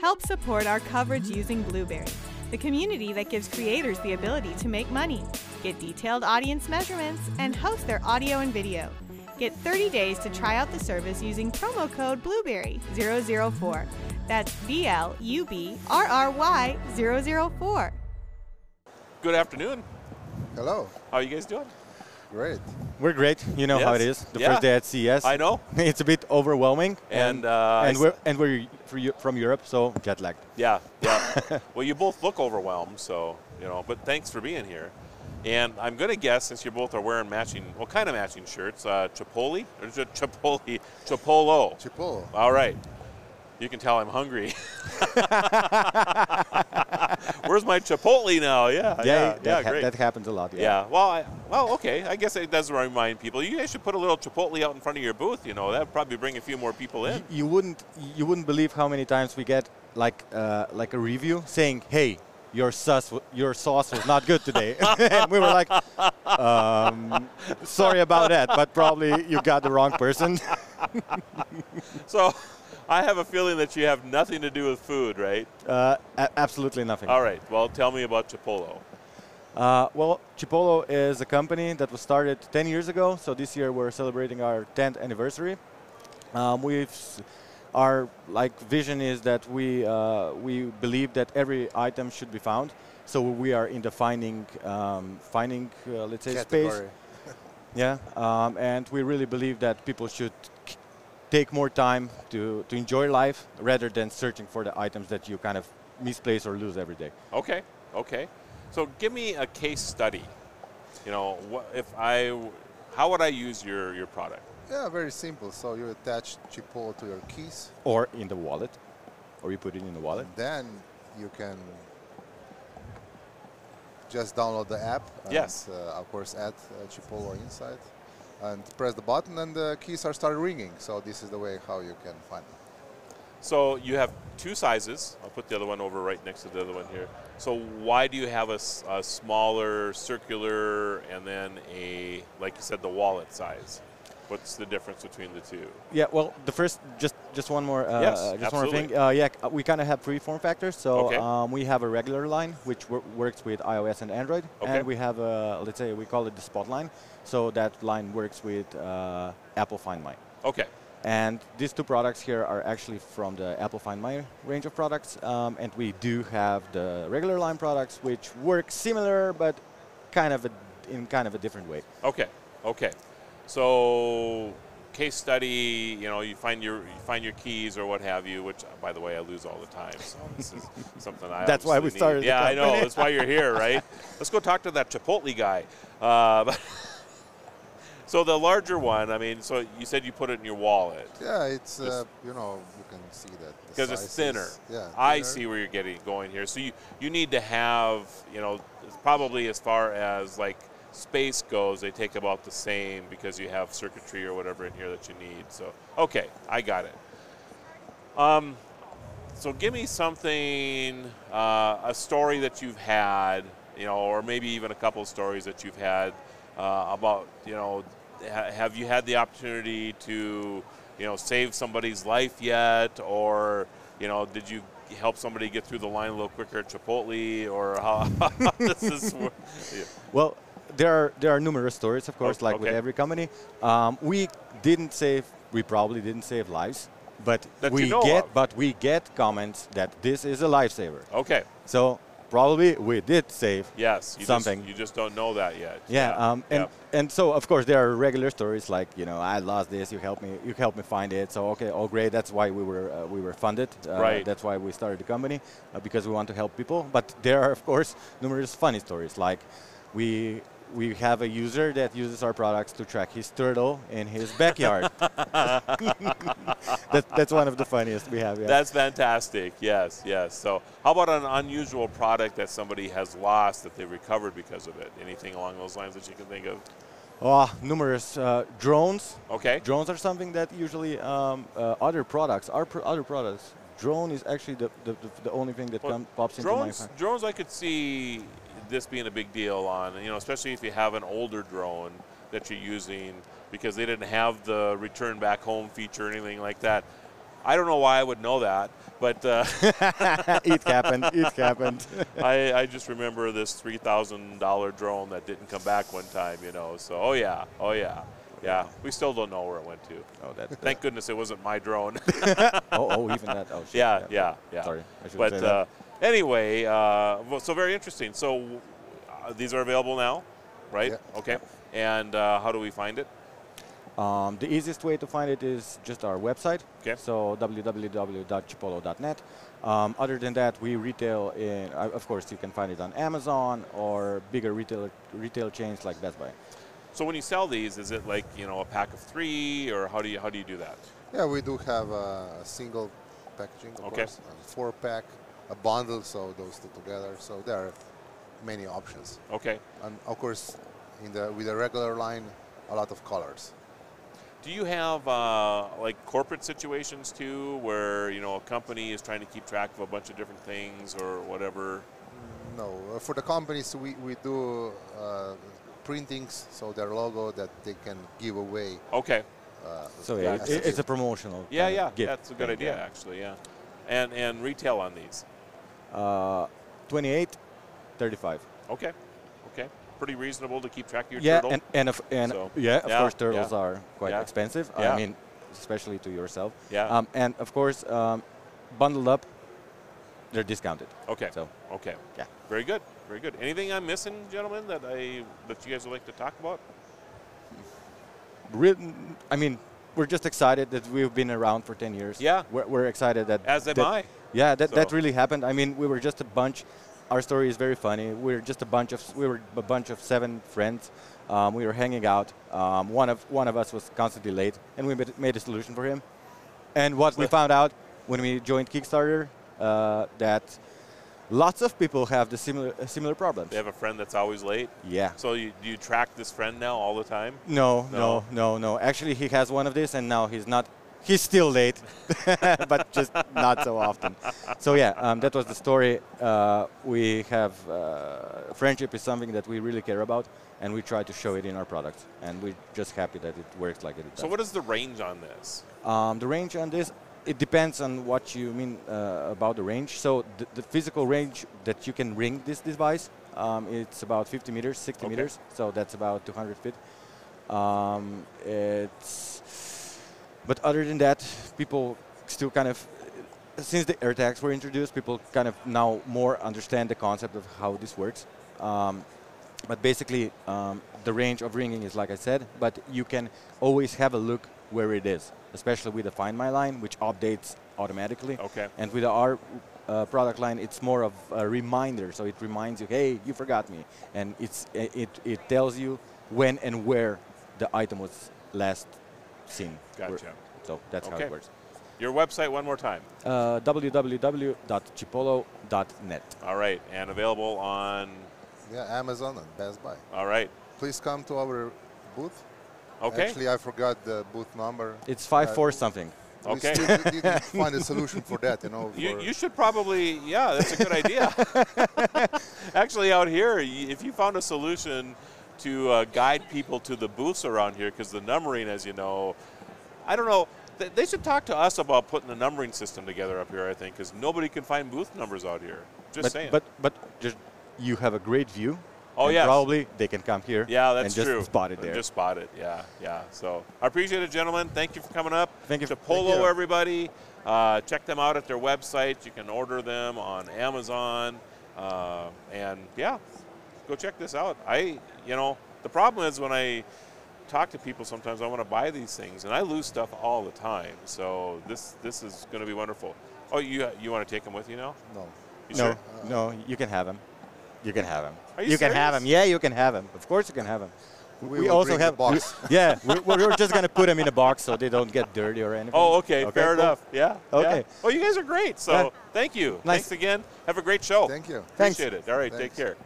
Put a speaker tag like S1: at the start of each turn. S1: Help support our coverage using Blueberry, the community that gives creators the ability to make money, get detailed audience measurements, and host their audio and video. Get 30 days to try out the service using promo code Blueberry004. That's B L U B R R Y 004.
S2: Good afternoon.
S3: Hello.
S2: How are you guys doing?
S3: Great.
S4: We're great. You know how it
S2: Yes.
S4: is. The
S2: Yeah.
S4: first day at CES.
S2: I know.
S4: It's a bit overwhelming.
S2: And, uh, I
S4: and
S2: s-
S4: we're and we're for Eu- from Europe, so jet lagged.
S2: Yeah, yeah. well, you both look overwhelmed, so you know. But thanks for being here. And I'm gonna guess since you both are wearing matching, what kind of matching shirts? Uh, Chipotle or Ch- Chipotle? Chipolo.
S3: Chipotle.
S2: All right. You can tell I'm hungry. Where's my Chipotle now? Yeah, Uh, yeah, yeah.
S4: that, ha-
S2: great.
S4: that happens a lot. Yeah.
S2: yeah. Well, I, well, okay. I guess it does remind people. You guys should put a little Chipotle out in front of your booth. You know, that'd probably bring a few more people in.
S4: Y- You wouldn't you wouldn't believe how many times we get like uh, like a review saying, "Hey, your sus w- your sauce was not good today," and we were like, um, "Sorry about that, but probably you got the wrong person."
S2: So, I have a feeling that you have nothing to do with food, right?
S4: Uh, a- absolutely nothing.
S2: All right. Well, tell me about Chipolo.
S4: Uh, well, Chipolo is a company that was started 10 years ago. So this year we're celebrating our 10th anniversary. Um, we've s- our like vision is that we uh, we believe that every item should be found. So we are in the finding um, finding uh, let's say space.
S3: Category.
S4: Yeah, um, and we really believe that people should k- take more time to to enjoy life rather than searching for the items that you kind of misplace or lose every day.
S2: Okay. Okay. So, give me a case study. You know, what, if I, w- how would I use your your product?
S3: Yeah, very simple. So you attach Chipotle to your keys,
S4: or in the wallet, or you put it in the wallet.
S3: and then you can just download the app. And,
S2: Yes.
S3: Uh, of course, add uh, Chipotle inside, and press the button, and the keys are start ringing. So this is the way how you can find it.
S2: So you have two sizes. I'll put the other one over right next to the other one here. So why do you have a, s- a smaller circular and then a like you said the wallet size? What's the difference between the two?
S4: Yeah. Well, the first, just just one more, uh,
S2: Yes,
S4: just one more
S2: absolutely.
S4: thing. Uh, yeah, c- we kind of have three form factors. So
S2: Okay.
S4: um, we have a regular line which wor- works with iOS and Android,
S2: Okay.
S4: and we have a let's say we call it the Spot line. So that line works with uh, Apple Find My.
S2: Okay.
S4: And these two products here are actually from the Apple Find My range of products, um, and we do have the regular line products which work similar but kind of a, in kind of a different way.
S2: Okay. Okay. So case study, you know, you find your you find your keys or what have you, which by the way I lose all the time. So this is something I
S4: That's why we
S2: obviously need.
S4: started the
S2: Yeah, I know.
S4: company.
S2: That's why you're here, right? Let's go talk to that Chipotle guy. Uh, so the larger one, I mean, so you said you put it in your wallet
S3: Yeah, it's uh,
S2: Just-
S3: you know you can see that the
S2: because it's
S3: size
S2: thinner.
S3: is- yeah.
S2: I
S3: thinner.
S2: see where you're getting going here. So you you need to have, you know, it's probably as far as like space goes, they take about the same because you have circuitry or whatever in here that you need. So okay, I got it. Um, so give me something, uh, a story that you've had, you know, or maybe even a couple stories that you've had uh, about, you know, ha- have you had the opportunity to, you know, save somebody's life yet, or you know, did you help somebody get through the line a little quicker at Chipotle, or how this is? wor- Yeah.
S4: Well, there are there are numerous stories, of course,
S2: Oh,
S4: like with
S2: okay.
S4: every company. Um, we didn't save, we probably didn't save lives, but
S2: That you
S4: we
S2: know
S4: get,
S2: of.
S4: but we get comments that this is a lifesaver.
S2: Okay.
S4: So probably we did save.
S2: Yes. You just-
S4: Something.
S2: you just don't know that yet.
S4: Yeah, um, and
S2: yeah.
S4: and so of course there are regular stories like you know I lost this, you helped me, you helped me find it. So okay, all great. That's why we were uh, we were funded. Uh,
S2: Right.
S4: That's why we started the company uh, because we want to help people. But there are of course numerous funny stories like we we have a user that uses our products to track his turtle in his backyard. that, that's one of the funniest we have. Yeah.
S2: That's fantastic. Yes, yes. So, how about an unusual product that somebody has lost that they recovered because of it? Anything along those lines that you can think of?
S4: oh, numerous uh, drones
S2: Okay.
S4: Drones are something that usually um, uh, other products, our pr- other products. Drone is actually the, the, the, the only thing that
S2: Well,
S4: come, pops
S2: drones,
S4: into my mind.
S2: drones. I could see this being a big deal on, you know, especially if you have an older drone that you're using because they didn't have the return back home feature or anything like that. I don't know why I would know that, but uh,
S4: it happened. It happened.
S2: I, I just remember this three thousand dollar drone that didn't come back one time, you know. So oh yeah, oh yeah, yeah. We still don't know where it went to.
S4: oh, that.
S2: Thank goodness it wasn't my drone.
S4: Oh, oh, even that. Oh, shit.
S2: yeah, yeah, yeah.
S4: Sorry, I should
S2: But
S4: say
S2: uh,
S4: that.
S2: anyway, uh, well, so very interesting. So uh, these are available now, right?
S3: Yeah.
S2: Okay. And uh, how do we find it?
S4: Um, the easiest way to find it is just our website.
S2: 'Kay.
S4: So www.chipolo.net. Um, other than that, we retail in. Uh, of course, you can find it on Amazon or bigger retail retail chains like Best Buy.
S2: So when you sell these, is it like you know a pack of three, or how do you how do you do that?
S3: Yeah, we do have a single packaging, of
S2: Okay.
S3: course, a four pack, a bundle, so those two together. So there are many options,
S2: Okay.
S3: and of course, in the with the regular line, a lot of colors.
S2: Do you have uh, like corporate situations too, where you know a company is trying to keep track of a bunch of different things or whatever?
S3: No, uh, for the companies we we do uh, printings, so their logo that they can give away.
S2: Okay.
S3: Uh,
S4: So
S3: yeah,
S4: yeah, it,
S3: as
S4: it- it's a
S3: gift.
S4: promotional.
S2: Yeah,
S4: kind of
S2: yeah.
S4: gift
S2: That's a good
S4: thing,
S2: idea,
S4: yeah.
S2: actually. Yeah. And and retail on these.
S4: Uh, 28, 35.
S2: Okay. Okay. Pretty reasonable to keep track of your
S4: yeah,
S2: turtle.
S4: and, and, of, and
S2: So-
S4: yeah, of
S2: Yeah,
S4: course, turtles
S2: yeah,
S4: are quite
S2: yeah,
S4: expensive.
S2: yeah.
S4: I mean, especially to yourself.
S2: Yeah.
S4: Um, and of course, um, bundled up, they're discounted.
S2: okay.
S4: So
S2: Okay.
S4: yeah.
S2: Very good. Very good. Anything I'm missing, gentlemen, that I that you guys would like to talk about?
S4: written. I mean, we're just excited that we've been around for 10 years.
S2: Yeah.
S4: We're, we're excited that.
S2: As am
S4: that-
S2: I.
S4: Yeah, that, that
S2: So-
S4: really happened. I mean, we were just a bunch. Our story is very funny. We're just a bunch of we were a bunch of seven friends. Um, we were hanging out. Um, one of one of us was constantly late, and we made, made a solution for him. And what we found out when we joined Kickstarter uh, that lots of people have the similar uh, similar problems.
S2: They have a friend that's always late.
S4: Yeah.
S2: So you, do you track this friend now all the time?
S4: No,
S2: No.
S4: no, no, no. Actually, he has one of these, and now he's not. He's still late, but just not so often. So yeah, um, that was the story. Uh, we have uh, friendship is something that we really care about, and we try to show it in our products. And we're just happy that it works like it does.
S2: So what is the range on this?
S4: Um, the range on this, it depends on what you mean uh, about the range. So the, the physical range that you can ring this device, um, it's about 50 meters, 60
S2: Okay.
S4: meters. So that's about 200 feet. Um, it's, but other than that, people still kind of, since the air tags were introduced, people kind of now more understand the concept of how this works. Um, but basically, um, the range of ringing is like I said, but you can always have a look where it is, especially with the Find My line, which updates automatically.
S2: Okay.
S4: And with our uh, product line, it's more of a reminder. So it reminds you, hey, you forgot me. And it's, i- it, it tells you when and where the item was last seen. Where-
S2: Gotcha.
S4: So that's how
S2: Okay.
S4: it works.
S2: Your website one more time.
S4: Uh, www.chipolo.net.
S2: All right, and available on.
S3: yeah, Amazon and Best Buy.
S2: All right.
S3: Please come to our booth.
S2: Okay.
S3: Actually, I forgot the booth number.
S4: It's 5
S3: Uh,
S4: 4 something.
S2: Okay.
S3: We still didn't find a solution for that, you know.
S2: you,
S3: for-
S2: you should probably yeah that's a good idea actually out here y- if you found a solution to uh, guide people to the booths around here because the numbering as you know i don't know Th- they should talk to us about putting the numbering system together up here i think because nobody can find booth numbers out here just
S4: but,
S2: saying
S4: But but just you have a great view.
S2: Oh,
S4: and
S2: yes.
S4: Probably they can come here.
S2: yeah that's
S4: and just
S2: true
S4: Spot it there.
S2: just spot it yeah yeah so i appreciate it gentlemen thank you for coming up
S4: Thank you.
S2: to
S4: Thank
S2: polo
S4: you.
S2: everybody uh, check them out at their website you can order them on amazon uh, and yeah go check this out i you know the problem is when i talk to people sometimes i want to buy these things and i lose stuff all the time so this this is going to be wonderful oh you you want to take them with you now
S3: no.
S2: you
S4: no,
S2: sure?
S4: no, you can have them. You can have them.
S2: Are you
S4: can have
S2: serious?
S4: them. Yeah, you can have them. Of course, you can have them.
S3: We will bring the box.
S4: we- yeah, we- we're, we're just gonna put them in a box so they don't get dirty or anything.
S2: Oh, okay, fair
S4: cool.
S2: enough. Yeah. yeah.
S4: Okay.
S2: Well, you guys are great. So
S4: Yeah.
S2: thank you.
S4: Nice.
S2: Thanks again. Have a great show.
S3: Thank you.
S4: Thanks.
S2: Appreciate it. All right, take
S3: Thanks.
S2: care.